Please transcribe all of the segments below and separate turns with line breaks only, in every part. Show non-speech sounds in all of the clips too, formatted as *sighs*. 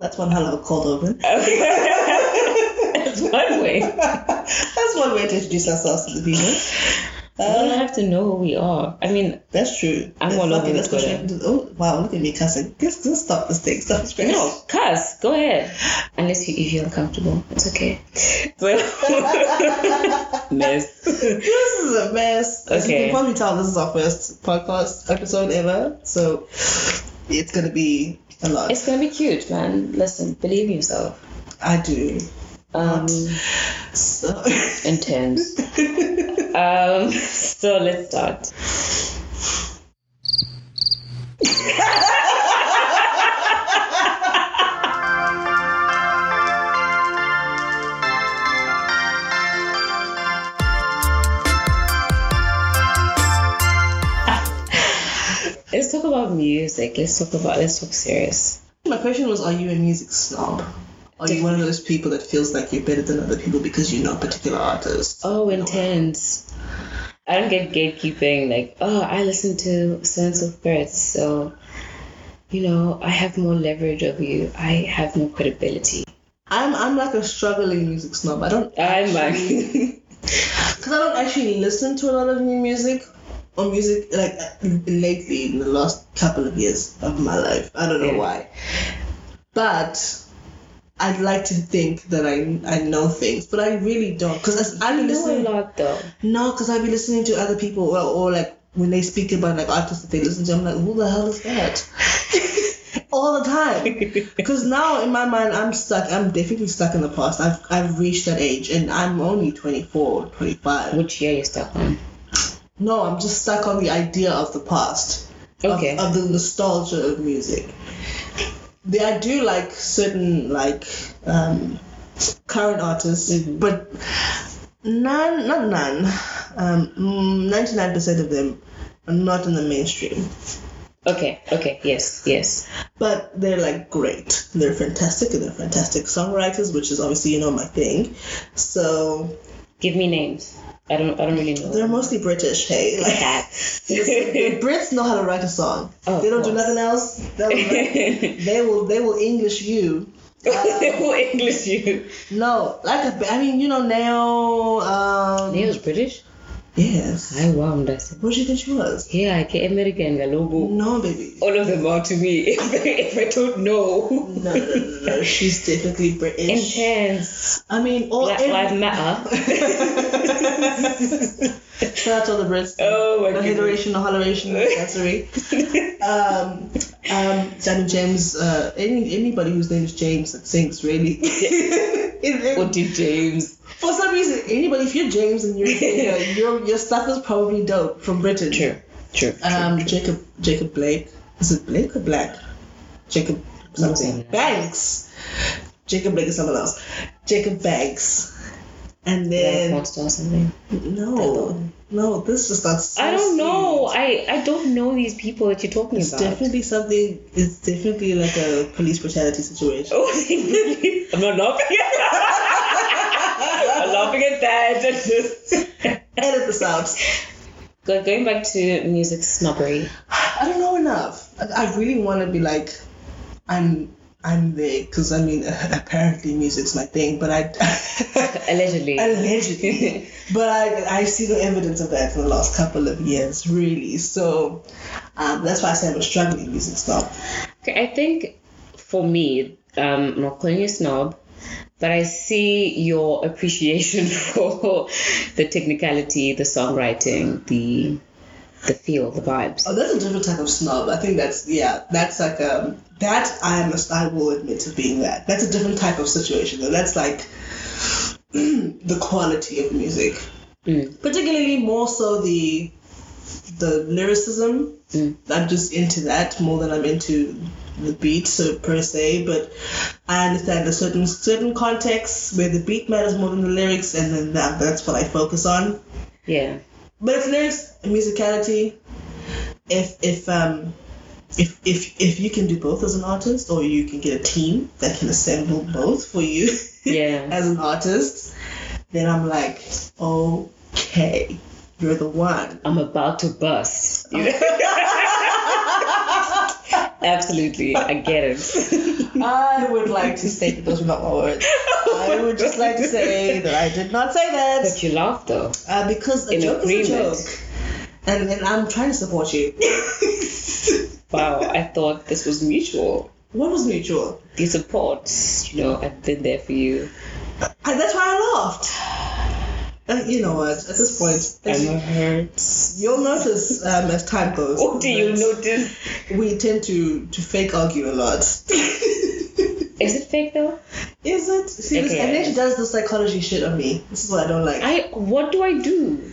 That's one hell of a cold open. *laughs*
Okay. That's one way.
Uh, That's one way to introduce ourselves to the people.
You don't
Uh,
have to know who we are. I mean,
that's true.
I'm all
Fuck it,
over
let's go
Twitter.
straight into- Oh, wow, look at me cussing. Let's, let's stop this thing. Stop this crazy.
no, cuss. Go ahead. Unless you, if you're uncomfortable, it's okay. So, mess.
*laughs* This is a mess. As you
Okay.
can probably tell, this is our first podcast episode ever. So it's going to be a lot.
It's gonna be cute, man. Listen, believe in yourself.
I do.
Um,
So. *laughs*
intense. Um, *laughs* so let's start. Let's talk about music. Let's talk about. Let's talk serious.
My question was Are you a music snob? Are you one of those people that feels like you're better than other people because you know a particular artist?
Oh, intense. I don't get gatekeeping. Like, oh, I listen to so and so first, so you know, I have more leverage over you. I have more credibility.
I'm, I'm like a struggling music snob. I don't
I'm
actually-
like, *laughs*
because I don't actually listen to a lot of new music or music like lately in the last couple of years of my life. I don't know
Yeah.
why, but I'd like to think that I I know things, but I really don't because I've
I
been
know a
listening.
lot though.
No, because I've been listening to other people or, or like when they speak about like artists that they listen to, I'm like, who the hell is that? All the time, because now in my mind I'm stuck. I'm definitely stuck in the past. I've I've reached that age, and I'm only 24, 25.
Which year you stuck on?
No, I'm just stuck on the idea of the past. of-
Okay.
Of, the nostalgia of music. The, I do like certain like um, current artists, but none, not none. Um, ninety nine percent of them are not in the mainstream,
Okay, okay, yes, yes.
but they're like great. They're fantastic, and they're fantastic songwriters, which is obviously you know my thing. So
Give me names. I don't, I don't really know.
they're mostly British. Hey, *laughs* like, The
Cats.
*laughs* Brits know how to write a song.
Oh,
they don't do
of
nothing else. They'll
*laughs*
write- they will they will English you.
Who English you?
No, like a, I mean you know Nao. Um,
Neil's British.
Yes.
I wow, that's it.
What do you think she was?
Yeah, I get American Galogo.
No, baby.
all of them are to me *laughs* if, if I don't know.
No, no, no,
*laughs*
no. She's definitely British.
Intense.
I mean, all
Black
every- *laughs*
Lives Matter.
Shout out to all the Brits.
Oh my
No
goodness.
hateration, no holleration, no
*laughs*
chancery. um, um, Danny James, uh, any, anybody whose name is James that sings really.
*laughs*
It- it-
What did James?
for some reason, anybody, if you're James and you're a
*laughs*
singer, your your stuff is probably dope from Britain.
True. True.
Um, Jacob Jacob Blake, is it Blake or Black? Jacob something
No.
Banks. Jacob Blake is someone else. Jacob Banks. And
Black
then
Monster or something.
no, no, this just got. So
I don't know.
sweet.
I, I don't know these people that you're talking
It's
about.
definitely something. It's definitely like a police brutality situation.
Oh, *laughs* I'm not laughing. I'm laughing at that. *laughs* That's just-
Edit this out.
Go- Going back to music snobbery.
I don't know enough. I, I really want to be like, I'm I'm there because I mean apparently music's my thing, but I *laughs*
Allegedly.
allegedly, but I I see no evidence of that in the last couple of years really. So um, that's why I say I'm a struggling music snob.
Okay, I think for me, um, I'm not calling you a snob, but I see your appreciation *laughs* for the technicality, the songwriting, the the feel, the vibes.
Oh, that's a different type of snob. I think that's yeah, that's like um that I must I will admit to being that. That's a different type of situation though. That's like *clears throat* the quality of music.
Mm.
Particularly more so the the lyricism.
Mm.
I'm just into that more than I'm into the beat so per se, but I understand the certain certain contexts where the beat matters more than the lyrics and then that, that's what I focus on. *laughs*
Yeah.
But if lyrics and musicality, if if um if if if you can do both as an artist or you can get a team that can assemble both for you *laughs*
Yeah.
as an artist, then I'm like, okay, you're the one. *laughs*
I'm about to bust. Absolutely, I get it.
I would like to state that those were not my words. I would just like to say that I did not say that
But you laugh though.
uh, because a
In
joke is a
agreement.
joke, and and I'm trying to support *laughs* you.
Wow, I thought this was mutual.
What was mutual?
The support, you know, I've been there for you.
And that's why I laughed. Uh, you know what? At this point, as
Emma hurts.
you'll notice um, as time goes.
What do you
that
notice?
We tend to to fake argue a
*laughs*
lot.
Is it fake though?
Is it? See, this,
Okay.
and then she does the psychology shit on me. This is what I don't like.
I what do I do?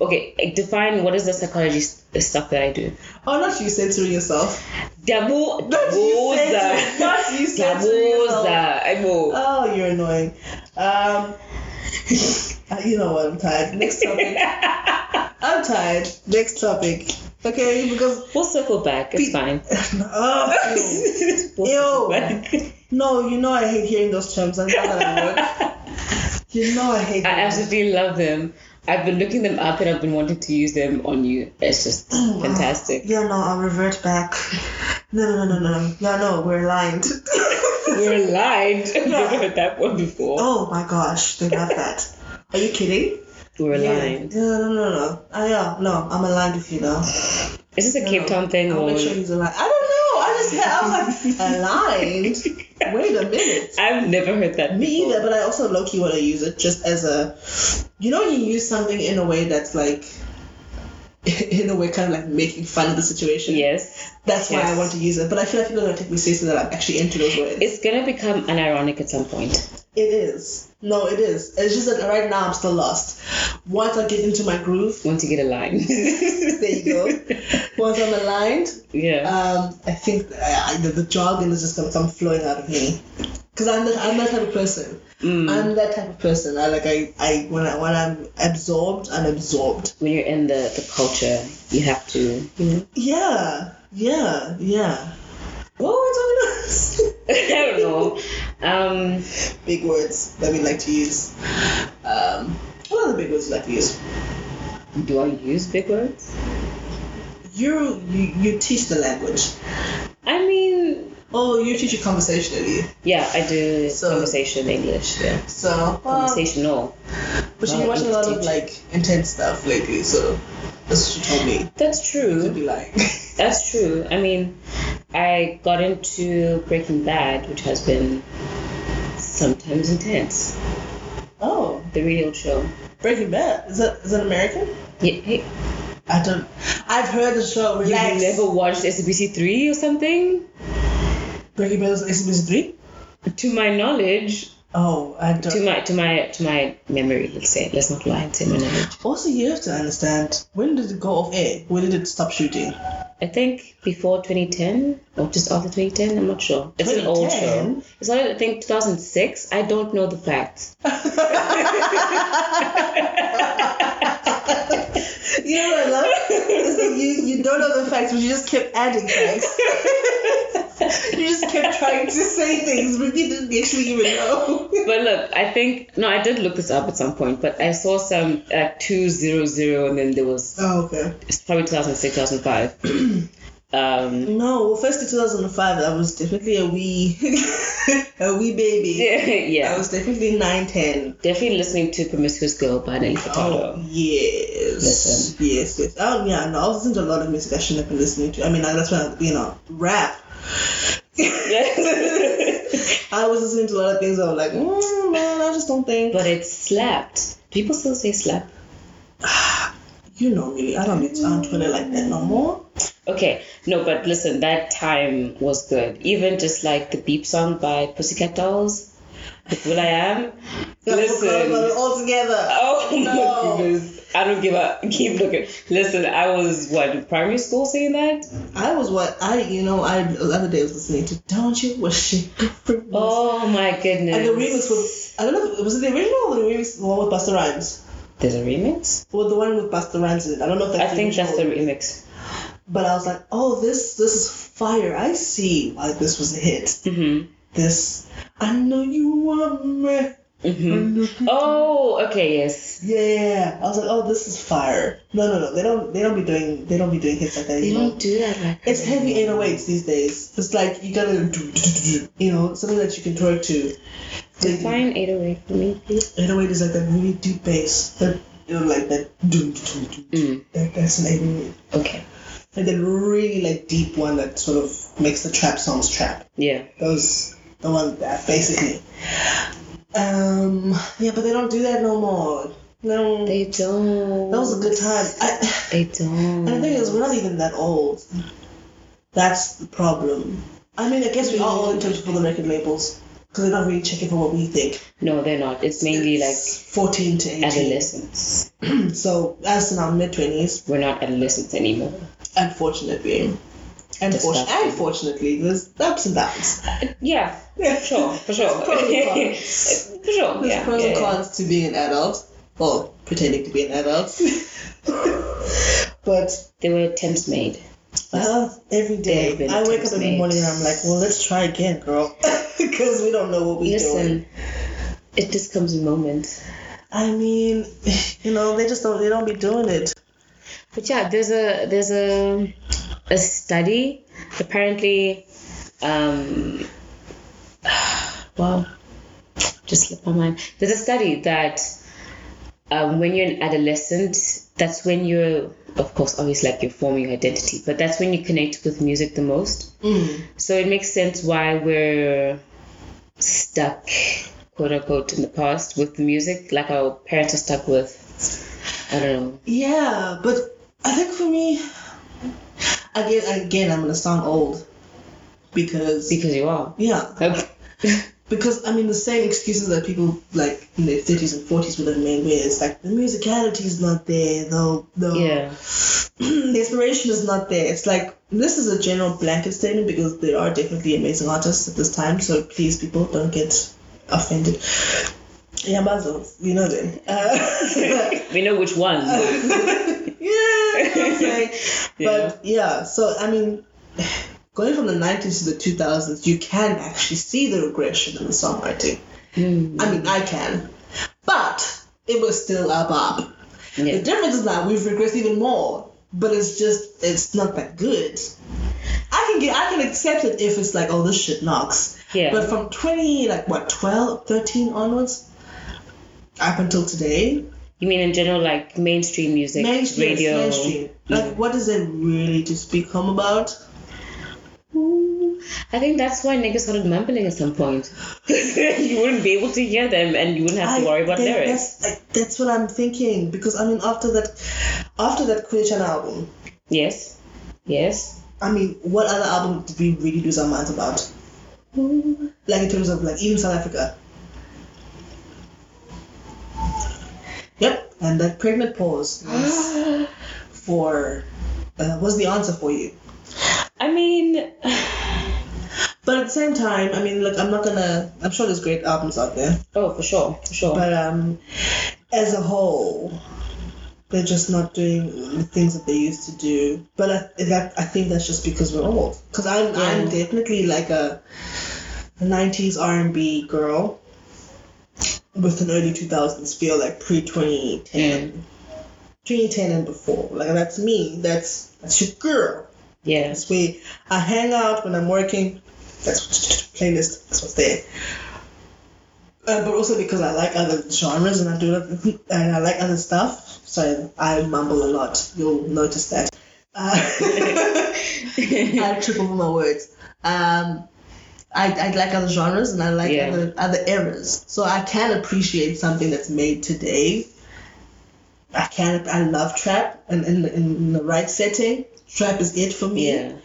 Okay, eh, define what is the psychology s- stuff that I do.
oh, not you censoring yourself.
Dabo,
Not you censoring.
daboza,
Not you censoring yourself.
daboza. I know.
Oh, you're annoying. Um, *laughs* uh, you know what? I'm tired. Next
*laughs*
topic. I'm tired. Next topic. Okay, because *laughs*
We'll circle back. It's
Be-
fine.
*laughs* oh,
We'll circle back.
no, you know I hate hearing those terms. I know that I work. You know I hate.
*laughs* I
them.
absolutely love them. I've been looking them up and I've been wanting to use them on you. It's just
Oh,
fantastic.
Yeah, no, I'll revert back. No, no, no, no, no. No, no, we're aligned.
*laughs* We're aligned. *laughs* I've never heard that one before.
oh my gosh, they love that. Are you kidding?
We're
Yeah.
aligned.
Yeah, no, no, no. I yeah, no, I'm aligned with you now.
Is this a Cape Town thing
I'll
or?
make sure he's aligned. I don't know. I just I was like
*laughs*
aligned. Wait a minute.
I've never heard that.
Me
before.
either, but I also low key want to use it just as a, you know, when you use something in a way that's like, *laughs* in a way, kind of like making fun of the situation.
Yes.
That's why
Yes.
I want to use it. But I feel like people are gonna take me seriously that I'm actually into those words.
It's gonna become unironic at some point.
It is. No, it is. It's just that right now I'm still lost. Once I get into my groove,
Once you get aligned.
*laughs* there you go. Once I'm aligned,
*laughs* yeah.
um, I think that I, I- the, the jargon is just gonna come flowing out of me. Cause I'm that I'm that type of person.
Mm.
I'm that type of person. I like I, I when I when I'm absorbed, I'm absorbed.
when you're in the, the culture, you have
*laughs*
to. *laughs*
Yeah, yeah, yeah. What were we *laughs* talking about?
I don't know. Um,
big words that we like to use. Um, what are the big words you like to use?
do I use big words?
You you, you teach the language.
I mean,
Oh, you teach it conversationally.
yeah, I do
So-
conversation English. Yeah,
So well,
conversational.
but you've been watching a lot of like intense stuff lately, so that's what she told me.
That's
Could
true.
be like
That's true. I mean, I got into Breaking Bad, which has been sometimes intense.
*laughs* Oh.
The real show.
Breaking Bad. Is that is that American?
Yeah, hey,
I don't I've heard the show
you
relax.
never watched SBC three or something?
Breaking Bad is SBS three?
To my knowledge,
Oh, I don't
to my to my to my memory let's say let's not lie and say my knowledge
also you have to understand when did it go off air? When did it stop shooting?
i think before 2010 or just after 2010 i'm not sure it's an old show
2010?
it's not i think 2006 i don't know the facts
*laughs* You know what I love? It's like you, you don't know the facts, but you just kept adding *laughs* facts. you just kept trying to say things, but you didn't actually even know.
but look i think no i did look this up at some point but i saw some uh, like 200 and then there was
Oh, okay.
it's probably 2006 2005 *clears throat* um *laughs*
No, well, first in 2005, I was definitely a wee, *laughs* a wee baby. I
yeah
was definitely 9, 10.
definitely listening to promiscuous girl by nelly
Oh,
furtado
yes.
Listen.
Yes, yes. Oh, yeah, no, I was listening to a lot of music I shouldn't have been listening to. I mean, like, that's when, I, you know, rap. *laughs* I was listening to a lot of things I was like, mm, man, I just don't think.
but it slapped people still say slap
*sighs* You know, really, I don't get
Mm.
on Twitter like that no more.
Okay, no, but listen, that time was good. Even just like the beep song by Pussycat Dolls, The Fool I Am. Listen,
all together.
*laughs* oh
No.
my goodness, I don't give a *laughs* keep looking. Listen, I was what in primary school saying that.
I was what I, you know, I the other day was listening to "Don't You Wish It Could Free Me."
Oh my goodness.
and the remix was I don't know, if, was it the original or the remix the one with Buster Rhymes?
There's a remix.
Well, the one with Buster Rhymes in it. I don't know if
I
that's the
think that's
original.
the remix.
But I was like, oh, this this is fire. I see why this was a hit.
Mm-hmm.
This I know you want me. Mhm.
Oh, okay, yes.
Yeah, I was like, oh, this is fire. No, no, no, they don't, they don't be doing, they don't be doing hits like that.
They
You know,
don't do that like
it's heavy 808s these days. It's like you gotta, do, you know, something that you can twerk to.
Define 808 for me, please.
808 is like that really deep bass, that you know, like that. Doo, doo, doo, doo, doo.
Mm.
That that's an 808.
Okay.
Like that really like deep one that sort of makes the trap songs trap.
Yeah.
That was the one that basically. Um, yeah, but they don't do that no more. No,
They don't.
that was a good time. I,
They
and
don't.
the thing is, we're not even that old. That's the problem. I mean, I guess we are old in terms of all the record labels because they're not really checking for what we think.
No, they're not. It's mainly like
It's 14 to 18.
adolescents.
*clears throat* So, us in our mid 20s,
We're not adolescents anymore.
unfortunately. Unfortunately,
Disgusting.
unfortunately, there's ups and downs.
Yeah,
*laughs* Yeah.
for sure, for
*laughs*
sure.
Pros
*laughs*
and
for sure.
There's
yeah,
pros
yeah,
and
yeah.
cons to being an adult, or pretending to be an adult. *laughs* but
There were attempts made.
uh, every
They've
day,
been
I wake up every
teammates.
morning and I'm like, well, let's try again, *laughs* girl. Because we don't know what we're doing.
Listen, it just comes in moments.
I mean, *laughs* you know, they just don't, they don't be doing it.
But yeah, there's a there's a a study. Apparently, um, *sighs* well, just slipped my mind. There's a study that um, when you're an adolescent, that's when you're, of course, always like you're forming your identity. But that's when you connect with music the most.
Mm.
So it makes sense why we're stuck, quote unquote, in the past with the music, like our parents are stuck with. I don't know.
Yeah, but I think for me, again, again, I'm gonna sound old because
Because you are.
yeah, *laughs*
Okay.
because I mean the same excuses that people like in their thirties and forties would have made, where it's like the musicality is not there, though, though
Yeah.
*clears throat* the inspiration is not there. It's like this is a general blanket statement because there are definitely amazing artists at this time. So please, people, don't get offended. Yeah, muzzles, you know them. Uh,
*laughs*
*laughs*
We know which one.
yeah, you know what I'm saying? But yeah, so I mean, going from the 90s to the 2000s, you can actually see the regression in the songwriting.
Mm,
I mean, I can, but it was still up up.
yeah.
The difference is that we've regressed even more, but it's just it's not that good. I can get I can accept it if it's like oh this shit knocks,
Yeah.
but from 20 like what 12 13 onwards up until today
you mean in general, like mainstream music,
mainstream,
radio?
mainstream. Like, what is it really to speak home about?
Ooh, I think that's why niggas started mumbling at some
*laughs*
point. *laughs* *laughs* you wouldn't be able to hear them, and you wouldn't have to worry about
think
lyrics.
That's, I, that's what I'm thinking because I mean, after that, after that Creation album,
Yes. Yes.
*gasps* I mean, what other album did we really lose our minds about? Like in terms of like even South Africa. Yep, and that pregnant pause
*gasps*
was for uh, was the answer for you.
I mean, *sighs*
But at the same time, I mean, look, I'm not gonna. I'm sure there's great albums out there.
oh, for sure, for sure.
but um, as a whole, they're just not doing the things that they used to do. But I, that I think that's just because we're old. Because I'm I'm
Yeah.
definitely like a '90s R&B girl with an early 2000s feel, like pre 2010, 2010 and before. Like that's me. That's that's your girl. *laughs*
yeah. *laughs*
That's where I hang out when I'm working. That's what's playlist. That's what's there. Uh, but also because I like other genres and I do that- and I like other stuff, so I mumble a lot. You'll notice that. Uh, *laughs* I trip over my words. Um, I, I like other genres and I like
Yeah.
other other eras, so I can appreciate something that's made today. I can I love trap and in, in, in the right setting, trap is it for me.
Yeah.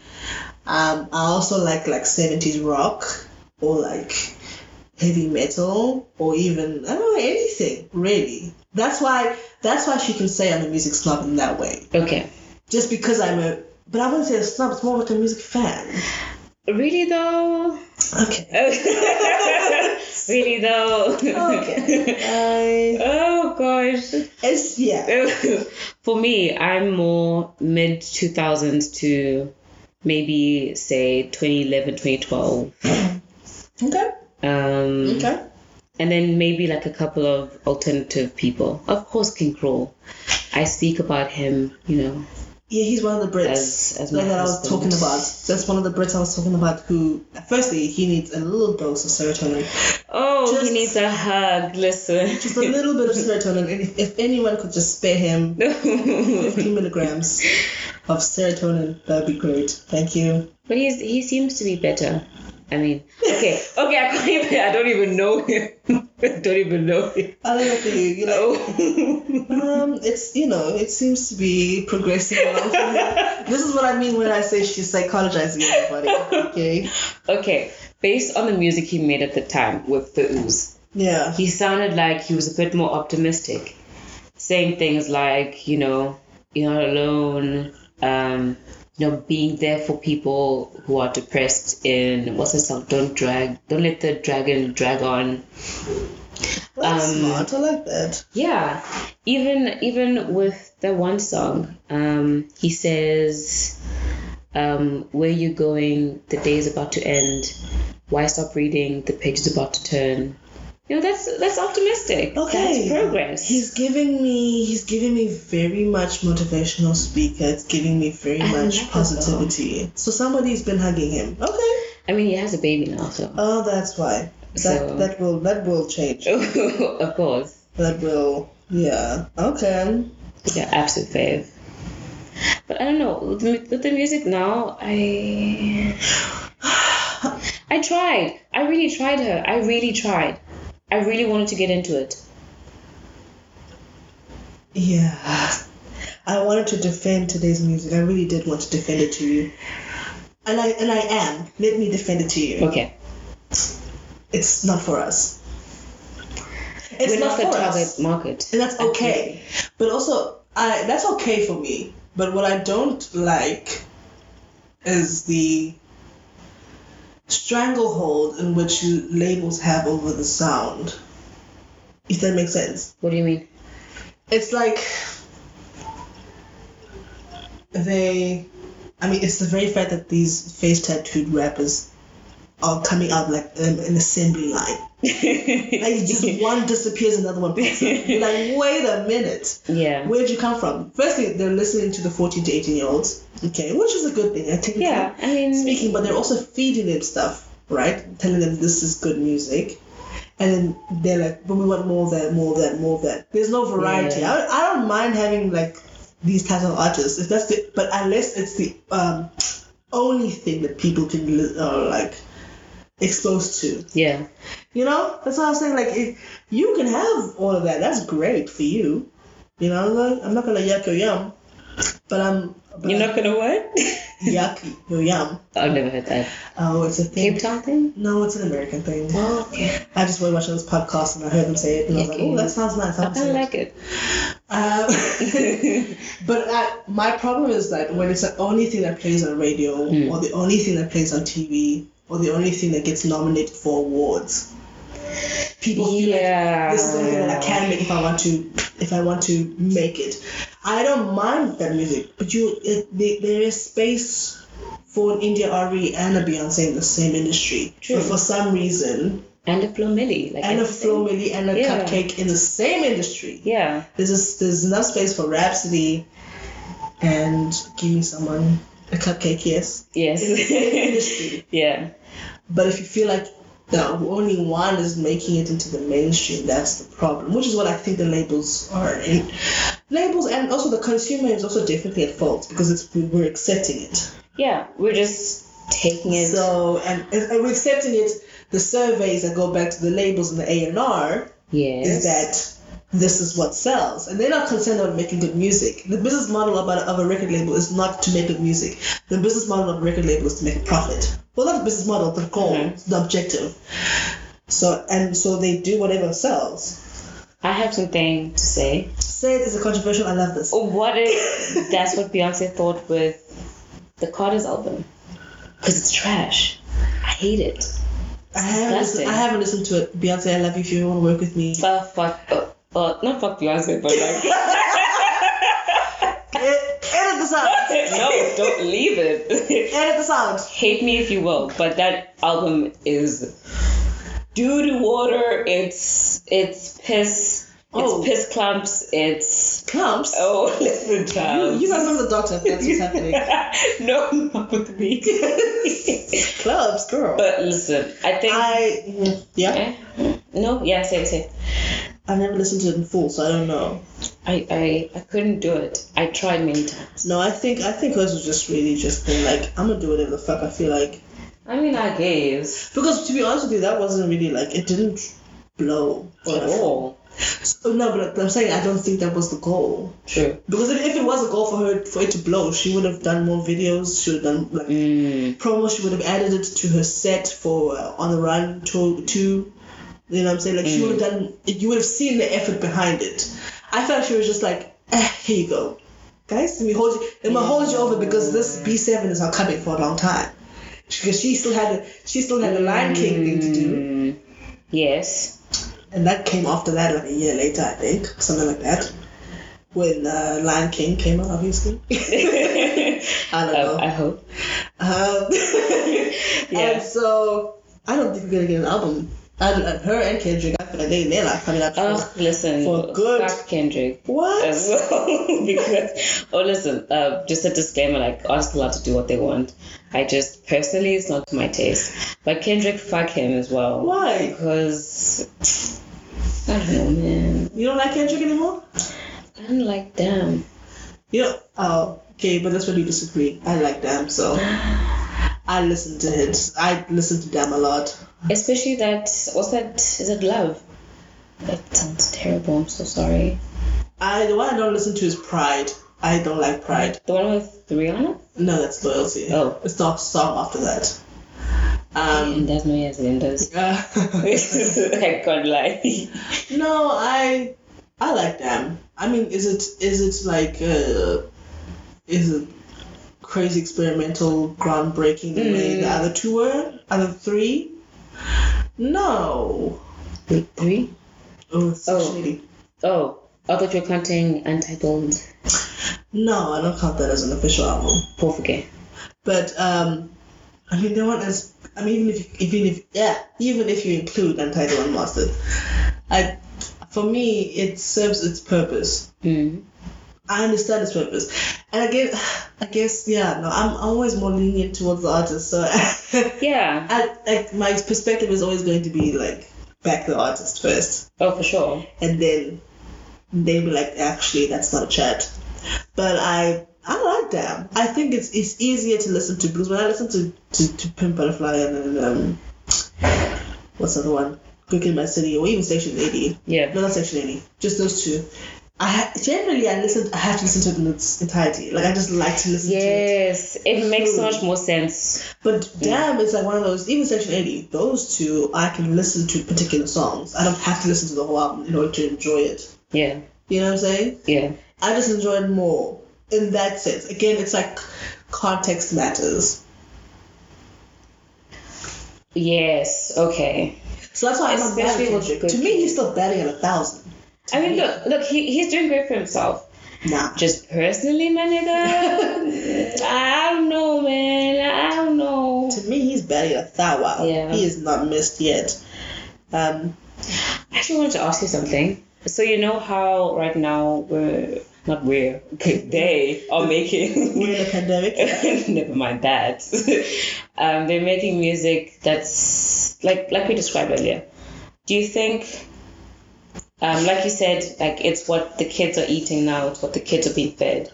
Um, I also like like seventies rock or like heavy metal or even I don't know anything really. That's why that's why she can say I'm a music snob in that way.
Okay.
Just because I'm a but I wouldn't say a snob. It's more like a music fan.
Really though.
Okay.
*laughs* really though.
Okay. I,
*laughs* Oh gosh. *laughs*
it's yeah.
For me, I'm more mid 2000s to maybe say 2011, 2012.
Okay.
Um,
Okay.
and then maybe like a couple of alternative people. Of course, King Kroll. I speak about him, you know,
Yeah, he's one of the Brits
As- as my
that I was
husband.
talking about. That's one of the Brits I was talking about who, firstly, he needs a little dose of serotonin.
Oh,
Just-
he needs a hug. *laughs* Listen.
Just a little bit of serotonin. And if, if anyone could just spare him 15 milligrams of serotonin, that would be great. Thank you.
but he's he seems to be better. I mean, okay, okay. I can't even. I don't even know him. *laughs* I don't even know him.
I don't know for you. You're like,
Oh. *laughs*
um, it's, you know, it seems to be progressing along. for her. this is what I mean when I say she's psychologizing everybody. Okay.
okay. Based on the music he made at the time with the ooze,
Yeah.
he sounded like he was a bit more optimistic, saying things like, you know, you're not alone, um, you know, being there for people who are depressed in what's the song? Don't drag, don't let the dragon drag on.
That's
Um,
smart. I like that.
Yeah, even even with the one song, um, he says, um, "Where you going? The day is about to end. Why stop reading? The page is about to turn." You know, that's that's optimistic.
Okay.
that's progress.
He's giving me he's giving me very much motivational speaker. It's giving me very
I
much
like that
positivity. So somebody's been hugging him. Okay.
I mean, he has a baby now, so *laughs*
Oh that's why. That
So-
that will that will change.
of course,
That will yeah. Okay.
yeah, absolute fave. But I don't know with the, with the music now. I I tried. I really tried her. I really tried. I really wanted to get into it.
*sighs* Yeah. I wanted to defend today's music. I really did want to defend it to you. And I and I am. Let me defend it to you.
Okay,
It's not for us. It's
we're not,
for
the
us.
target market.
and that's okay. But also, I that's okay for me. But what I don't like is the stranglehold in which l- labels have over the sound. If that makes sense,
What do you
*laughs*
mean?
it's like they. I mean, it's the very fact that these face tattooed rappers are coming out like um, an assembly line. Like,
*laughs*
just one disappears, another one pops up. You're like, wait a minute.
yeah.
Where'd you come from? Firstly, they're listening to the 14 to 18 year olds, okay, which is a good thing. I think
Yeah, I mean,
speaking, but they're also feeding them stuff, right? Telling them this is good music. And then they're like, but we want more of that, more of that, more of that. There's no variety.
Yeah.
I, I don't mind having like these types of artists, if that's the, but unless it's the um, only thing that people can li- are like exposed to,
yeah,
you know, that's what I'm saying. Like, if you can have all of that. That's great for you. You know, I'm not, I'm not gonna yuck your yum, but I'm. But
You're not gonna what?
yuck your yum.
*laughs* I've never heard that.
Oh, it's a thing.
Cape Town thing?
No, it's an American thing.
Oh, okay.
I just was watching this podcast and I heard them say it, and I was like,
Yucky.
oh, that sounds nice.
I
I'm
kind of
saying *laughs*
like it.
Um, *laughs* but I, my problem is that when it's the only thing that plays on radio,
Hmm.
or the only thing that plays on TV, or the only thing that gets nominated for awards, people feel like
yeah.
this is the only thing that I can make if I want to if I want to make it. I don't mind that music, but you it, the- there is space for an India RE and a Beyonce in the same industry.
True.
But for some reason,
And a Flo Milli. Like
and a
I
Flo Milli and a
Yeah.
Cupcake in the same industry.
Yeah.
There's just, there's enough space for Rhapsody and give me someone a cupcake, yes.
Yes. *laughs*
Industry.
yeah.
But if you feel like that only one is making it into the mainstream, that's the problem. Which is what I think the labels are. And labels and also the consumer is also definitely at fault because it's we- we're accepting it.
Yeah. We're just taking it.
So and, and we're accepting it. The surveys that go back to the labels and the A and R
yes.
is that this is what sells, and they're not concerned about making good music. The business model of a, of a record label is not to make good music. The business model of a record label is to make a profit. Well, not the business model, the goal,
Mm-hmm.
the objective. So and so they do whatever sells.
I have something to say. Oh,
Say it is a controversial. I love this.
What
*laughs*
if that's what Beyonce thought with the Carter's album? Because it's trash. I hate it.
I haven't, listened,
disgusting.
I haven't listened to it. Beyonce, I love you. If you want to work with me,
Uh, fuck. Uh, uh, not fuck Beyonce, but
*laughs*
like.
Eh, edit this out.
no, don't leave it. *laughs*
Edit this out.
Hate me if you will, but that album is doo doo water. It's it's piss.
Oh.
It's piss clumps. It's
Clumps.
oh, *laughs* um, listen,
You,
child.
you gotta go to the doctor if that's what's happening.
*laughs* no, not with me. *laughs*
Clubs, girl.
but listen, I think.
I mhm, yeah.
Eh? No, yeah, say it, say. it.
I've never listened to it in full, so I don't know.
I, I I couldn't do it. I tried many times.
No, I think I think hers was just really just being like, I'm gonna do whatever the fuck I feel like.
I mean, I gave
Because to be honest with you, that wasn't really like it didn't blow
at all.
So, no, but I'm saying I don't think that was the goal.
True.
Because if, if it was a goal for her for it to blow, she would have done more videos. She would have done like
Mm.
promo. She would have added it to her set for uh, on the run tour too. You know what I'm saying? Like she would
Mm.
have done. You would have seen the effort behind it. I felt she was just like, eh, here you go, guys. Let me hold you. Let me hold you over because this B7 is not coming for a long time. Because she still had a, she still had a Lion King thing to do,
Mm. *laughs* Yes.
and that came after that like a year later, I think, something like that. When uh, Lion King came out, obviously. I don't know.
Oh, I *laughs* hope.
Um, *laughs*
Yeah.
And so I don't think we're gonna get an album. I, I- her and Kendrick, I feel like they they're not coming out.
Oh, listen.
For good.
Fuck Kendrick.
what?
As uh, *laughs* well, because oh, listen. Uh, just a disclaimer. Like, artists allowed to do what they want. I just personally, it's not my taste. But Kendrick, fuck him as well.
Why?
Because I don't know, man.
You don't like Kendrick anymore?
I don't like them.
You know? Oh, okay, but that's where we disagree. I like Damn, so I listen to his. I listen to Damn a lot.
Especially that. What's that? Is it love? That sounds terrible. I'm so sorry.
I the one I don't listen to is Pride. I don't like Pride.
The one with Rihanna.
No, that's loyalty.
Oh.
it's not song after that.
*laughs*
Um. *laughs*
And that's no yes, Linda's.
uh,
I can't lie.
No, I I like them. I mean, is it is it like uh, is it crazy experimental, groundbreaking the way the other two were, other three? No.
Week three?
Oh, it's so
Oh.
shady.
Oh, I thought you were counting Untitled
No, I don't count that as an official album.
Paul Forget.
But um, I mean, they weren't as. I mean, even if even if yeah, even if you include Untitled and Mastered, I for me it serves its purpose.
Mm.
I understand its purpose. And I guess, I guess, yeah, no, I'm always more lenient towards the artist. So, *laughs* I,
Yeah.
like, my perspective is always going to be like, back the artist first.
Oh, for sure.
And then they be like, actually, that's not a chat. But I, I like them. I think it's it's easier to listen to because when I listen to, to, to Pimp Butterfly and, then um, what's the other one? Quick in My City or even Station 80,
Yeah.
no, not Section 80. Just those two. I ha- generally I listen. I have to listen to it in its entirety. Like I just like to listen to it.
Yes, it makes so much more sense.
But damn, it's like one of those. Even Section 80. Those two I can listen to particular songs. I don't have to listen to the whole album in order to enjoy it.
Yeah,
You know what I'm saying?
yeah.
I just enjoy it more in that sense. Again, it's like context matters.
Yes, okay.
So that's why I'm not bad
Especially
at
with
Kendrick.
good-
To me, he's still batting at a thousand.
I mean, look, look, he, he's doing great for himself.
Nah.
Just personally,
*laughs*
my nigga, I don't know, man. I don't know.
To me, he's batting at a thousand.
Yeah.
He is not missed yet. Um,
I actually wanted to ask you something. So you know how right now we're not we're okay, they are making
we're in a pandemic.
*laughs* never mind that. *laughs* um, they're making music that's like like we described earlier. Do you think, um, like you said, like it's what the kids are eating now, it's what the kids are being fed.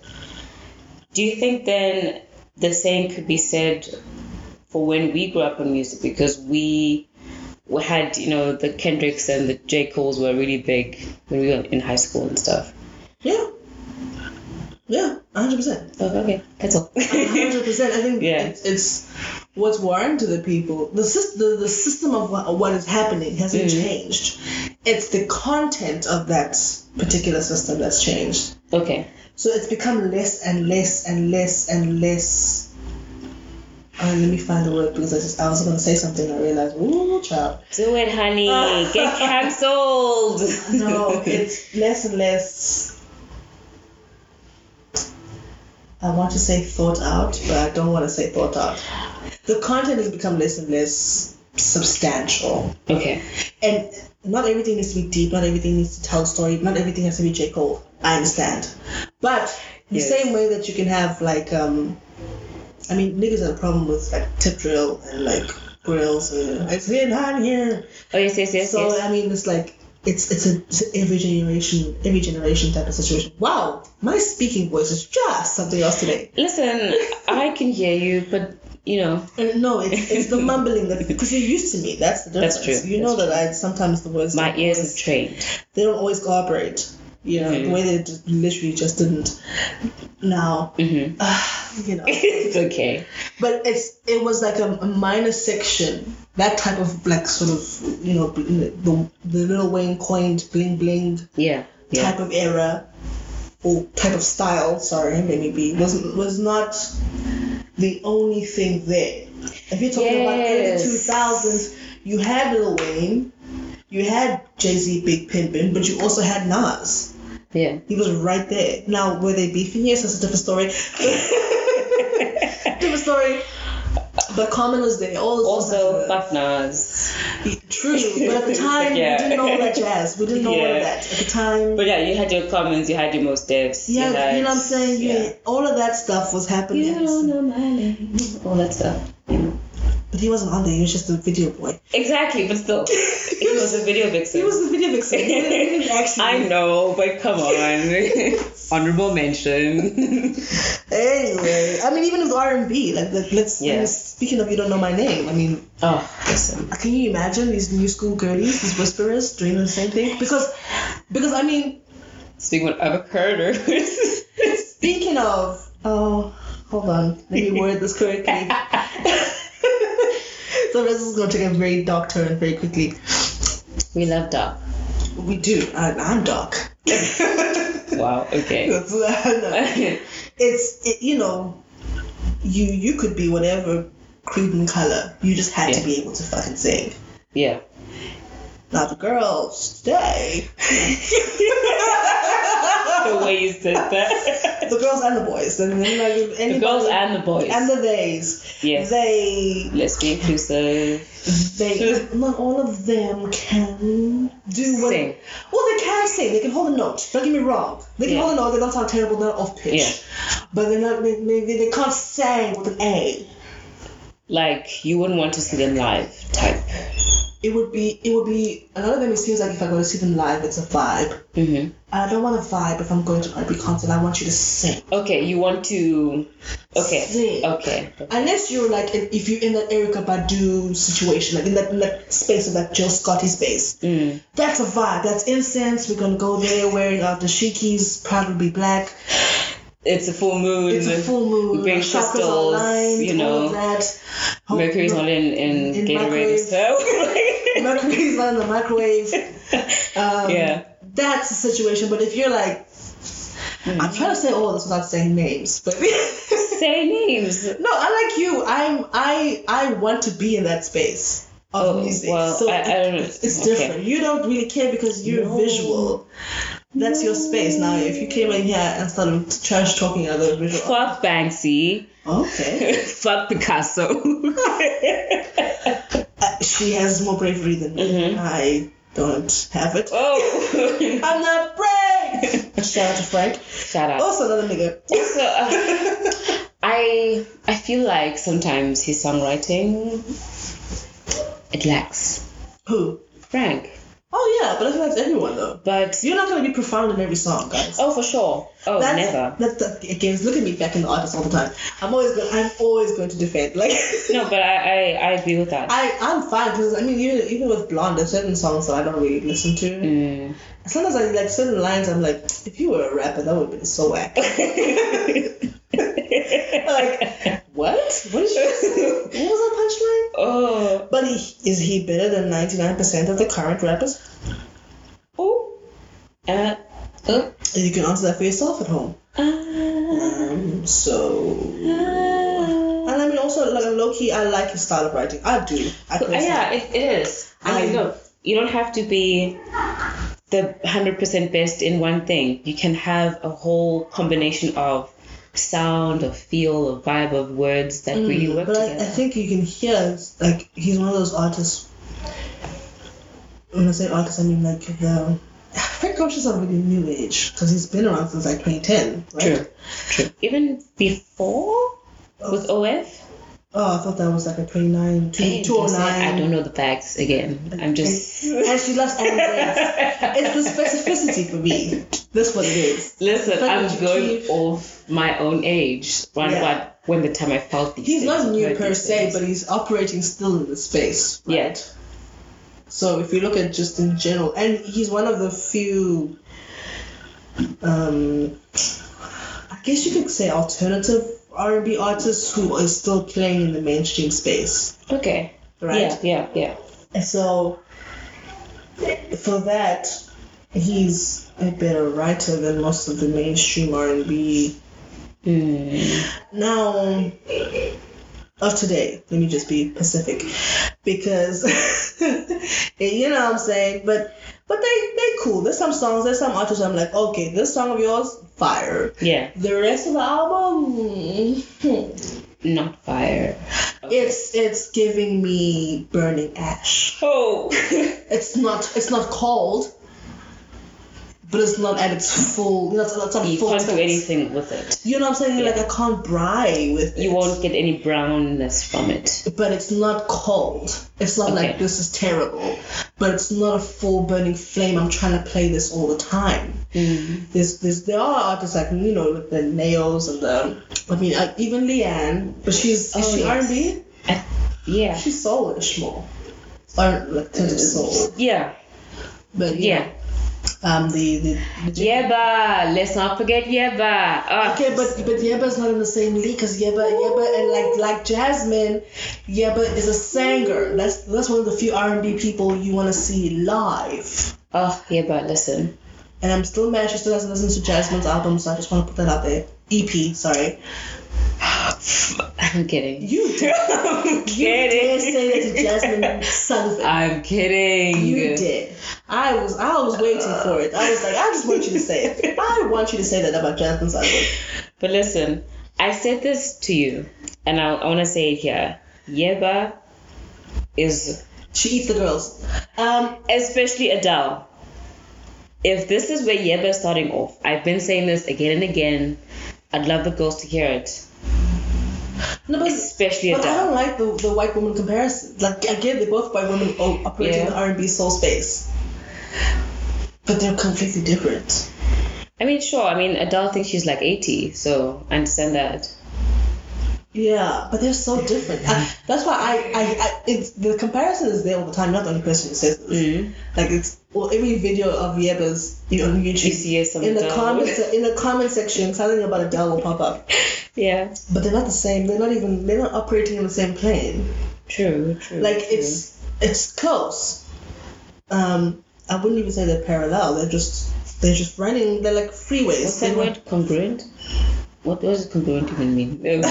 Do you think then the same could be said for when we grew up on music because we we had you know the Kendricks and the J Cole's were really big when we were in high school and stuff.
Yeah. Yeah, 100%.
Oh, okay, that's all. *laughs*
100%. I think
Yeah.
it's, it's what's warranted to the people. The, sys- the, the system of what, what is happening hasn't changed. It's the content of that particular system that's changed.
okay.
So it's become less and less and less and less. Uh, let me find the word because I, just, I was going to say something. I realized, ooh, child.
Do it, honey.
*laughs*
Get cancelled.
No,
*laughs*
it's less and less. I want to say thought out, but I don't want to say thought out. The content has become less and less substantial.
Okay.
And not everything needs to be deep, not everything needs to tell a story, not everything has to be J. Cole. I understand. But the
Yes.
same way that you can have like um I mean niggas have a problem with like tip drill and like grills and it's here and hot here.
Oh yes, yes, yes,
so
yes.
I mean it's like it's it's a it's a every generation every generation type of situation. Wow, my speaking voice is just something else today.
Listen, I can hear you, but you know,
And no, it's, it's
*laughs*
the mumbling that because you're used to me. That's the difference.
That's true,
You know
that's
that I sometimes the words
my
don't
ears
always-
are trained.
they don't always cooperate. You know,
Mhm.
the way they just, literally just didn't. Now, *sighs*
Mm-hmm.
ah, you
*laughs*
know,
it's okay.
but it's it was like a, a minor section. That type of like sort of you know the the little Wayne coined bling bling
Yeah. Yeah.
type of era or type of style, sorry, maybe be was was not the only thing there. If you're talking
Yes.
about early 2000s, you had Lil Wayne, you had Jay Z, Big Pimpin', but you also had Nas. *laughs*
Yeah.
He was right there. Now, were they beefing? Yes, that's a different story. *laughs* different story. But Common was there. All those
Also,
things were
fuck Nas.
there. true. But at the time,
*laughs* Yeah.
we didn't know all that jazz. We didn't know all
Yeah.
of that at the time.
But yeah, you had your commons, you had your most devs.
Yeah,
you, had,
you know what I'm saying? You,
Yeah.
All of that stuff was happening.
You don't know my name. All that stuff.
But he wasn't on there, he was just a video boy. *laughs*
Exactly, but still, he was a video vixen.
He was the video vixen. He didn't- he
*laughs*
didn't actually.
I know, but come on. *laughs* Honorable mention.
Anyway, I mean, even with R&B, like, like let's, I mean,
Yeah.
speaking of You Don't Know My Name, I mean,
*laughs* oh, listen.
can you imagine these new school girlies, these whisperers doing the same thing? Because, because I mean,
Speaking of avocadors.
speaking of, oh, hold on, let me word this
*laughs*
correctly. *laughs* so this is going to take a very dark turn very quickly.
we love *laughs* dog.
We do, I, I'm dark.
*laughs* Wow,
*laughs*
okay.
That's what I know. it's it, you know you you could be whatever creed and color you just had
Yeah.
to be able to fucking sing
yeah.
now the girls today
The way you said
*laughs*
that.
the girls and the boys and then like
The
anybody,
girls and the boys.
and the theys
yes.
they
Let's be inclusive.
they not all of them can do what
Sing.
well they can sing they can hold a note don't get me wrong they can
Yeah.
hold a note they don't sound terrible they're not off pitch
Yeah.
but they're not they, they, they can't sing with an A
Like, you wouldn't want to see them live type.
it would be it would be a lot of them it seems like if I go to see them live it's a vibe
Mm-hmm.
I don't want a vibe if I'm going to an R&B concert. I want you to sing.
Okay, you want to. Okay.
Sing.
Okay.
Unless you're like, in- if you're in that Erica Badu situation, like in that, in that space of that Jill Scotty space,
Mm.
that's a vibe. That's incense. We're going to go there wearing our dashikis, proud to be black.
It's a full moon.
It's a full moon.
bring
our chakras
crystals,
are aligned,
you
all
know.
of that. Hope-
Mercury's not in, in,
In
Gatorade,
microwave.
so.
*laughs*
*laughs*
Mercury's not in the microwave. Um,
yeah.
That's the situation. But if you're like,
Hmm.
I'm trying to say all this without saying names, but. *laughs*
Say names.
No, I like you. I'm I I want to be in that space of
Oh,
music.
well,
so
I- I don't know.
it's, it's
Okay.
different. You don't really care because you're
No.
visual. That's your space. Now, if you came in here and started trash talking other visual,
Fuck Banksy.
okay,
Fuck Picasso. *laughs*
Uh, she has more bravery than me.
Mhm.
I don't have it.
oh.
*laughs* I'm not brave. Shout out to Frank.
Shout out.
Also another nigga.
*laughs* So, uh, I I feel like sometimes his songwriting it lacks
Who?
Frank,
Oh yeah, but I think that's everyone though.
but
You're not gonna be profound in every song, guys.
oh for sure, oh
That's,
never.
That, that, again, look at me back in the artist all the time. I'm always going. I'm always going to defend. Like
No, but I, I, I agree with that.
I, I'm fine because I mean, even even with Blonde, there's certain songs that I don't really listen to.
Mm. *laughs*
Sometimes I like certain lines. I'm like, if you were a rapper, that would have been so
*laughs*
whack. *laughs* like what? What is you? What was that punchline?
oh,
But he, is he better than 99% of the current rappers?
oh, uh, uh,
You can answer that for yourself at home.
uh,
Um, so. And I mean, also like low key, I like his style of writing. I do. I
Uh,
personally
yeah, it, it is. I mean,
I-
look, you don't have to be the 100% best in one thing. You can have a whole combination of sound, or feel, or vibe of words that really work
Mm, but I,
together.
I think you can hear it's like he's one of those artists. When I say artist, I mean like the. Frank Ocean's not really new age because he's been around since like 2010, right?
True, true. Even before with OF,
Oh, I thought that was like a 29,
Hey,
2- 209.
I don't know the facts again. I'm just
And she
*laughs*
loves Ellen Bates. It's the specificity for me. That's what it is.
listen.
fact
I'm
that you
going
keep-
off my own age. When
Yeah.
what when the time I felt these.
He's
things,
not new
heard
per
these
se,
things.
but he's operating still in the space.
yeah,
So if you look at just in general, and he's one of the few, um, I guess you could say alternative R and B artists who is still playing in the mainstream space,
okay,
right?
yeah, yeah, yeah.
And so for that, he's a better writer than most of the mainstream R and B
Mm.
now um, of today let me just be pacific because *laughs* you know what i'm saying but but they they cool there's some songs there's some artists i'm like okay this song of yours fire
Yeah,
the rest of the album mm,
not fire.
it's it's giving me burning ash
*laughs* Oh,
it's not it's not cold but it's not at its full you know it's not, it's not
you
full
can't do
tilt.
anything with it.
you know what i'm saying like i can't bry with it
You won't get any brownness from it.
but it's not cold. It's not
Okay.
like this is terrible, but it's not a full burning flame. I'm trying to play this all the time.
Mm.
There's, there's, there are artists like you know with the nails and the. I mean, uh, even Leanne, but she's is
Oh,
she
yes.
R&B?
Yeah,
She's soulish more, or like tons of soul.
yeah,
But you
Mm. yeah.
know, um, the the. the
Yeba, let's not forget Yeba. Oh,
Okay, but but Yeba's not in the same league because Yeba Yeba and like like Jasmine, Yeba is a singer. That's that's one of the few R and B people you want to see live.
oh Yeba, listen. *sighs*
And I'm still mad she still hasn't listened to Jasmine's album, so I just want to put that out there. EP, sorry.
I'm kidding.
You *laughs* dare,
I'm
you dare
kidding.
say that to Jasmine Sullivan.
I'm kidding.
You did. I was I was waiting for it. I was like, I just want you to say it. I want you to say that about Jasmine Sullivan.
But listen, I said this to you, and I, I want to say it here. Yeba is,
She eats the girls. Um,
especially Adele. If this is where Yeba is starting off, I've been saying this again and again. I'd love the girls to hear it,
no, but
especially
But I
Adele.
don't like the, the white woman comparison. Like again, they're both white women o- operating in
Yeah.
the R and B soul space, but they're completely different.
I mean, sure. I mean, Adele thinks she's like 80, so I understand that.
Yeah, but they're so different. I, that's why I, I, I it's the comparison is there all the time. Not the only person who says this.
Mm.
Like it's well, every video of Yeba's you know, on
You
YouTube.
see some
In the
Adele.
comments, uh, in the comment section, something about Adele will pop up.
*laughs* Yeah,
But they're not the same. They're not even. They're not operating on the same plane.
true, true.
like
true.
it's it's close. Um, I wouldn't even say they're parallel. They're just they're just running. They're like freeways.
What's
They
that
run-
word? Congruent? What does congruent even mean? There we go,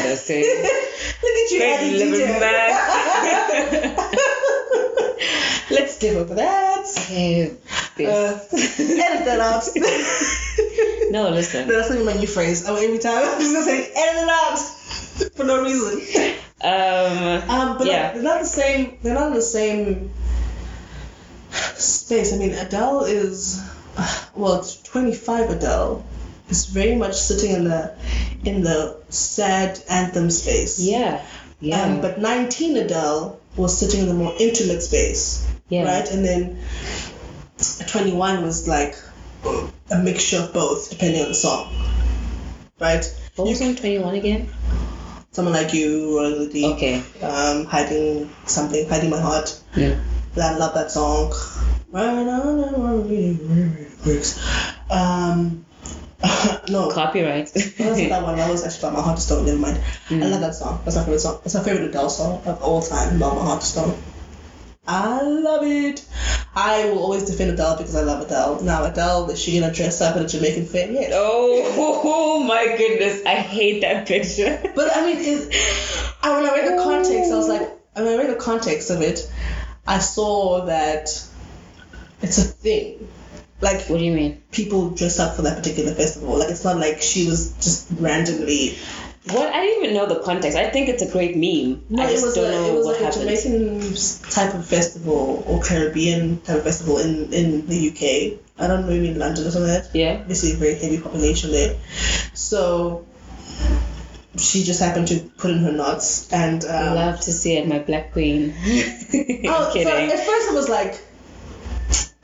*laughs* Look
say-
at you
Great
adding
little
detail. *laughs* Let's give her for that.
Okay,
Uh, *laughs*
this.
edit that out. no,
*laughs* no, listen.
that's gonna be my new phrase. Oh, every time *laughs* I'm just gonna say edit it out *laughs* for no reason.
Um,
Um, but
Yeah.
like, they're not the same. They're not in the same space. I mean, Adele is well, it's 25. Adele is very much sitting in the in the sad anthem space.
yeah, yeah,
Um, but 19 Adele was sitting in the more intimate space,
yeah,
right? And then 21 was like a mixture of both, depending on the song, right?
What was on 21 again?
Someone like you, Royal the Deep,
Okay.
um, hiding something, hiding my heart.
Yeah.
I love that song. Um, *laughs* no,
Copyright.
*laughs* that's not that one. That was actually by My Heart is Stone. Never mind. I love that song. That's my favorite song. That's my favorite Adele song of all time. By My Heart is Stone. I love it. I will always defend Adele because I love Adele. Now Adele, is she gonna dress up in a Jamaican fit? Yes.
oh, *laughs* my goodness. I hate that picture.
*laughs* But I mean, is I, when I read the context, I was like, when I read the context of it, I saw that it's a thing. Like
What do you mean?
people dressed up for that particular festival. Like it's not like she was just randomly.
What? I didn't even know the context. I think it's a great meme.
No,
I
it
just
was
don't
a,
know
it was
what
like a
happened.
Jamaican type of festival or Caribbean type of festival in in the UK. I don't know, maybe in London or something. Like that.
Yeah.
obviously a very heavy population there. So she just happened to put in her knots and um,
Love to see it, my black queen. *laughs*
oh,
I'm
so
kidding.
at first it was like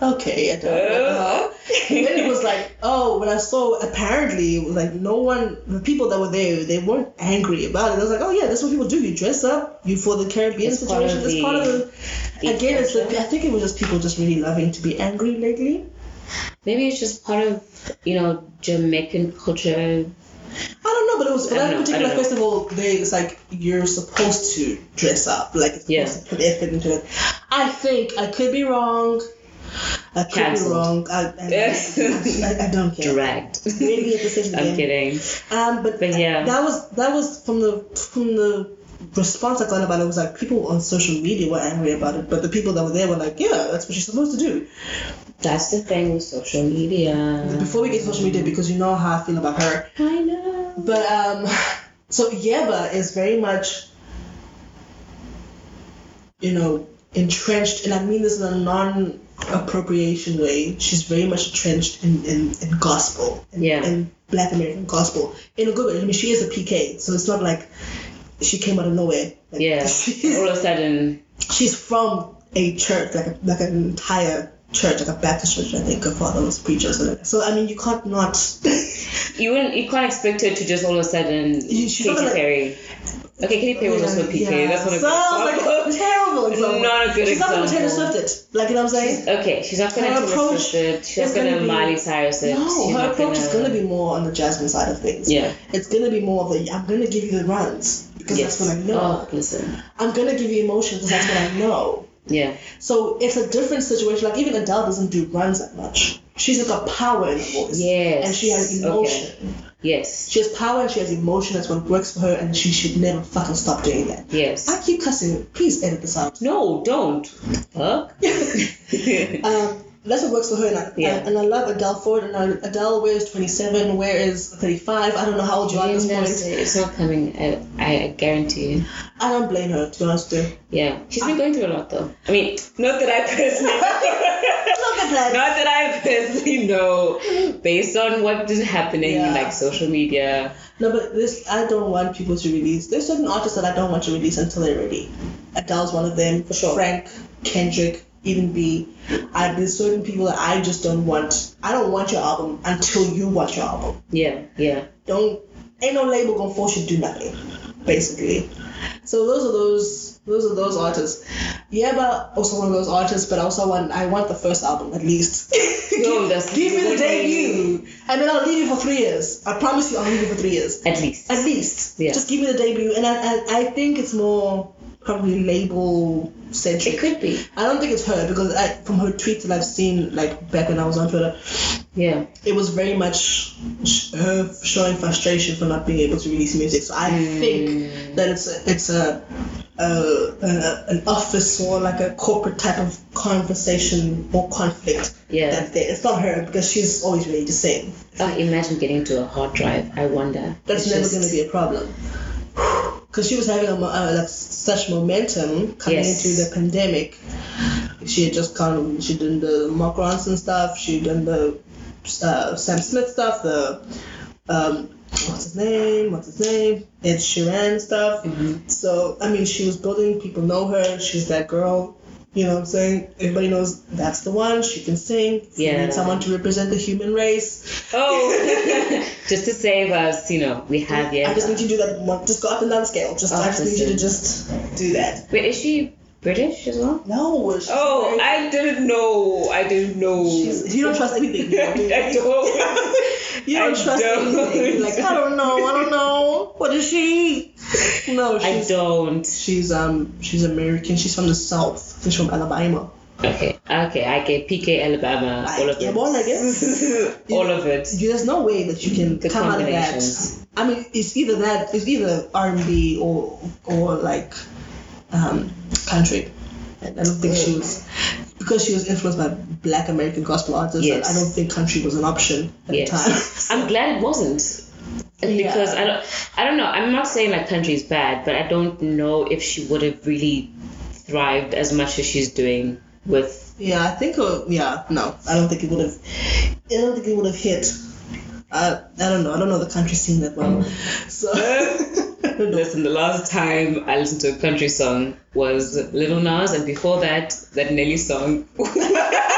okay, I don't
Uh-huh.
know. And then it was like, oh, when I saw, apparently, it was like no one, the people that were there, they weren't angry about it. I was like, oh yeah, that's what people do. You dress up, you for the Caribbean
It's part of
situation. It's part of the. Again, it's like, I think it was just people just really loving to be angry lately.
Maybe it's just part of you know Jamaican culture.
I don't know, but it was for
I
that
don't know, I
particular
don't know.
festival. They it's like you're supposed to dress up, like it's supposed
Yeah.
to put effort into it. I think I could be wrong. I could
Cancelled.
be wrong. I,
*laughs*
I, I, I don't care.
Dragged.
Maybe at the same
I'm
game.
kidding.
Um, but,
But yeah.
that was that was from the from the response I got about it was like people on social media were angry about it, but the people that were there were like, yeah, that's what she's supposed to do.
That's the thing with social media.
Before we get to social media, because you know how I feel about her.
I know.
But um, so Yeba is very much, you know, entrenched, and I mean this in a non-appropriation way. She's very much entrenched in in, in gospel, in,
Yeah.
in Black American gospel, in a good way. I mean, she is a PK, so it's not like she came out of nowhere. Like, *laughs*
Yeah.
she's,
All of a sudden,
she's from a church, like a, like an entire church, like a Baptist church. I think her father was a preacher, so so I mean, you can't not. *laughs*
you wouldn't, you can't expect her to just all of a sudden
You- she's
Katy
not gonna-
Perry. Okay, Katy Perry was also a PK. That's what I'm
so I *laughs* was like, terrible example.
Not a good
She's not going to Taylor
example.
Swift it. Like, you know what I'm saying?
Okay, she's not gonna
Her
Taylor
approach
Swift. it. She's
is
not gonna
gonna be-
Miley Cyrus. it.
No,
She's
her
not
approach is going to be more on the Jasmine side of things.
Yeah.
It's going to be more of the, I'm going to give you the runs because
Yes.
that's what I know.
Oh, listen.
I'm going to give you emotion because that's what I know.
Yeah.
So it's a different situation. Like, even Adele doesn't do runs that much. She's like a power in her voice.
Yes.
And she has emotion.
Yes.
She has power and she has emotion. That's what works for her, and she should never fucking stop doing that.
Yes.
I keep cussing. Please edit this out.
No, don't. Fuck.
*laughs*
*laughs*
Um, that's what works for her, and I,
Yeah.
and I love Adele Ford. And I, Adele wears 27, where is 35? I don't know how old you are at this
Goodness,
point.
it's not coming. I, I guarantee you.
I don't blame her, to be honest with you.
Yeah, she's been going through a lot though. I mean, not that I *laughs* personally.
Look at that.
Not that I personally know, based on what is happening
Yeah.
like social media.
No, but this I don't want people to release. There's certain artists that I don't want to release until they're ready. Adele's one of them. For
sure.
Frank, Kendrick, even B. I, there's certain people that I just don't want. I don't want your album until you want your album.
Yeah, yeah.
don't ain't no label gonna force you to do nothing, basically. So those are those those are those artists. Yeah, but also one of those artists, but also want I want the first album at least. *laughs*
No, that's-
Give me the debut, and then I'll leave you for three years. I promise you, I'll leave you for three years
At least.
at least.
Yeah.
Just give me the debut, and I I, I think it's more probably label centric.
It could be.
I don't think it's her because I, from her tweets that I've seen, like back when I was on Twitter,
Yeah.
it was very much sh- her showing frustration for not being able to release music. So I think that it's a, it's a, a, a an office or like a corporate type of conversation or conflict.
Yeah.
That's there. It's not her because she's always ready to sing.
Oh, imagine getting to a hard drive. I wonder.
That's
It's
never
just-
going to be a problem. Because she was having a, mo- uh, like such momentum coming
Yes.
into the pandemic. She had just kind of, she done the Mark Ronson stuff, she done the uh, Sam Smith stuff, the, um, what's his name, what's his name, Ed Sheeran stuff.
Mm-hmm.
So, I mean, she was building, people know her, she's that girl. You know what I'm saying? Everybody knows that's the one. She can sing. She
Yeah.
needs someone to represent the human race.
*laughs* Oh, just to save us, you know, we have
I
yeah.
just need you to do that one. Just go up and down the scale. Just
Oh,
I just need you to
listen.
just do that.
Wait, is she British as well?
No. she's
Oh,
very-
I didn't know. I didn't know.
she's- you don't trust anything. You know, do you?
*laughs* I don't.
You don't
I
trust
don't.
anything. You're Like I don't know. I don't know. What is she? No,
I
she's
don't.
she's um she's American. She's from the south. She's from Alabama.
Okay, okay, I get PK Alabama,
I-
all of
yeah,
it.
born again.
*laughs* all of it.
You- There's no way that you can
The
come out of that.
combinations.
I mean, it's either that it's either R and B or or like um country. And I don't think she was because she was influenced by black American gospel artists,
Yes.
I don't think country was an option at
Yes.
the time. *laughs*
I'm glad it wasn't.
Yeah.
Because I don't, I don't know. I'm not saying like country is bad, but I don't know if she would have really thrived as much as she's doing with.
Yeah, I think. Uh, yeah, no, I don't think it would have. I don't think it would have hit. I, I don't know. I don't know the country scene that well. So *laughs* I don't know.
Listen, the last time I listened to a country song was Little Nas, and before that, that Nelly song. *laughs*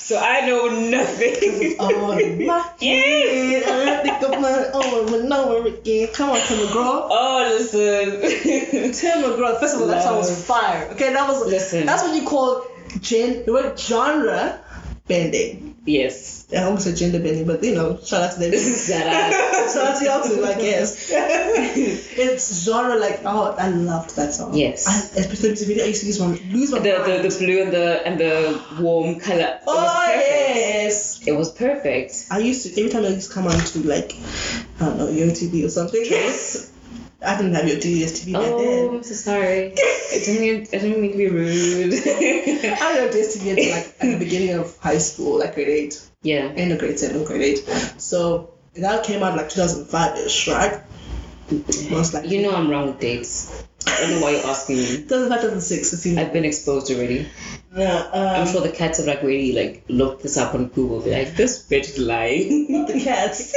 so I know nothing.
on
*laughs*
my head, I think of my own when I were again. Come on, Tim McGraw.
Oh, listen. *laughs*
Tim McGraw. First of all, that song
Love.
was fire. Okay, that was.
Listen.
That's what you call gen. The word genre bending.
yes.
*laughs* I almost said gender bending, but you know, shout out to
*laughs*
them.
Shout out.
So that's the opposite, I guess. it's genre like oh, I loved that song.
Yes.
I, especially the video, I used to lose my lose my
The,
mind.
the, the blue and the and the warm color.
oh yes.
It was perfect.
I used to every time I used to come on to like I don't know TV or something.
Yes.
I didn't have your DSTV back
Oh,
then.
I'm so sorry. I didn't mean, I didn't mean to be rude.
*laughs* I had DSTV until like at the beginning of high school, like grade eight,
*laughs* yeah.
end of grade seven, grade eight. So that came out like 2005 ish, right? Most likely.
You know I'm wrong with dates. I don't know why you're asking me.
2005, 2006, it seems.
I've been exposed already.
Yeah, um, *laughs*
I'm sure the cats have like really like looked this up on Google. They're like, this bitch is lying. *laughs*
the cats.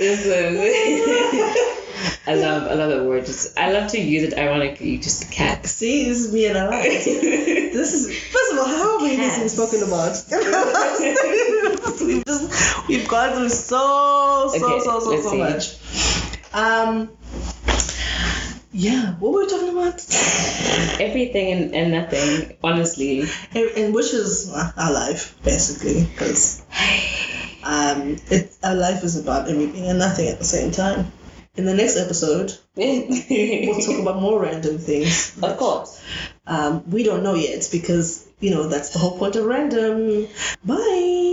Listen. *laughs*
*laughs*
I love I love that word. Just I love to use it ironically, just the cats.
See, this is me and I
*laughs*
like it. This is first of all, how have we
Cats.
been spoken
*laughs*
about? we've just we've gone through so so
Okay,
so so
let's
so
see.
much. Um yeah, what were we talking about?
Everything and, and nothing, honestly.
and, and which is our life, basically, because um, it, our life is about everything and nothing at the same time. In the next episode, we'll
*laughs*
talk about more random things.
of course.
Um, we don't know yet because, you know, that's the whole point of random. Bye.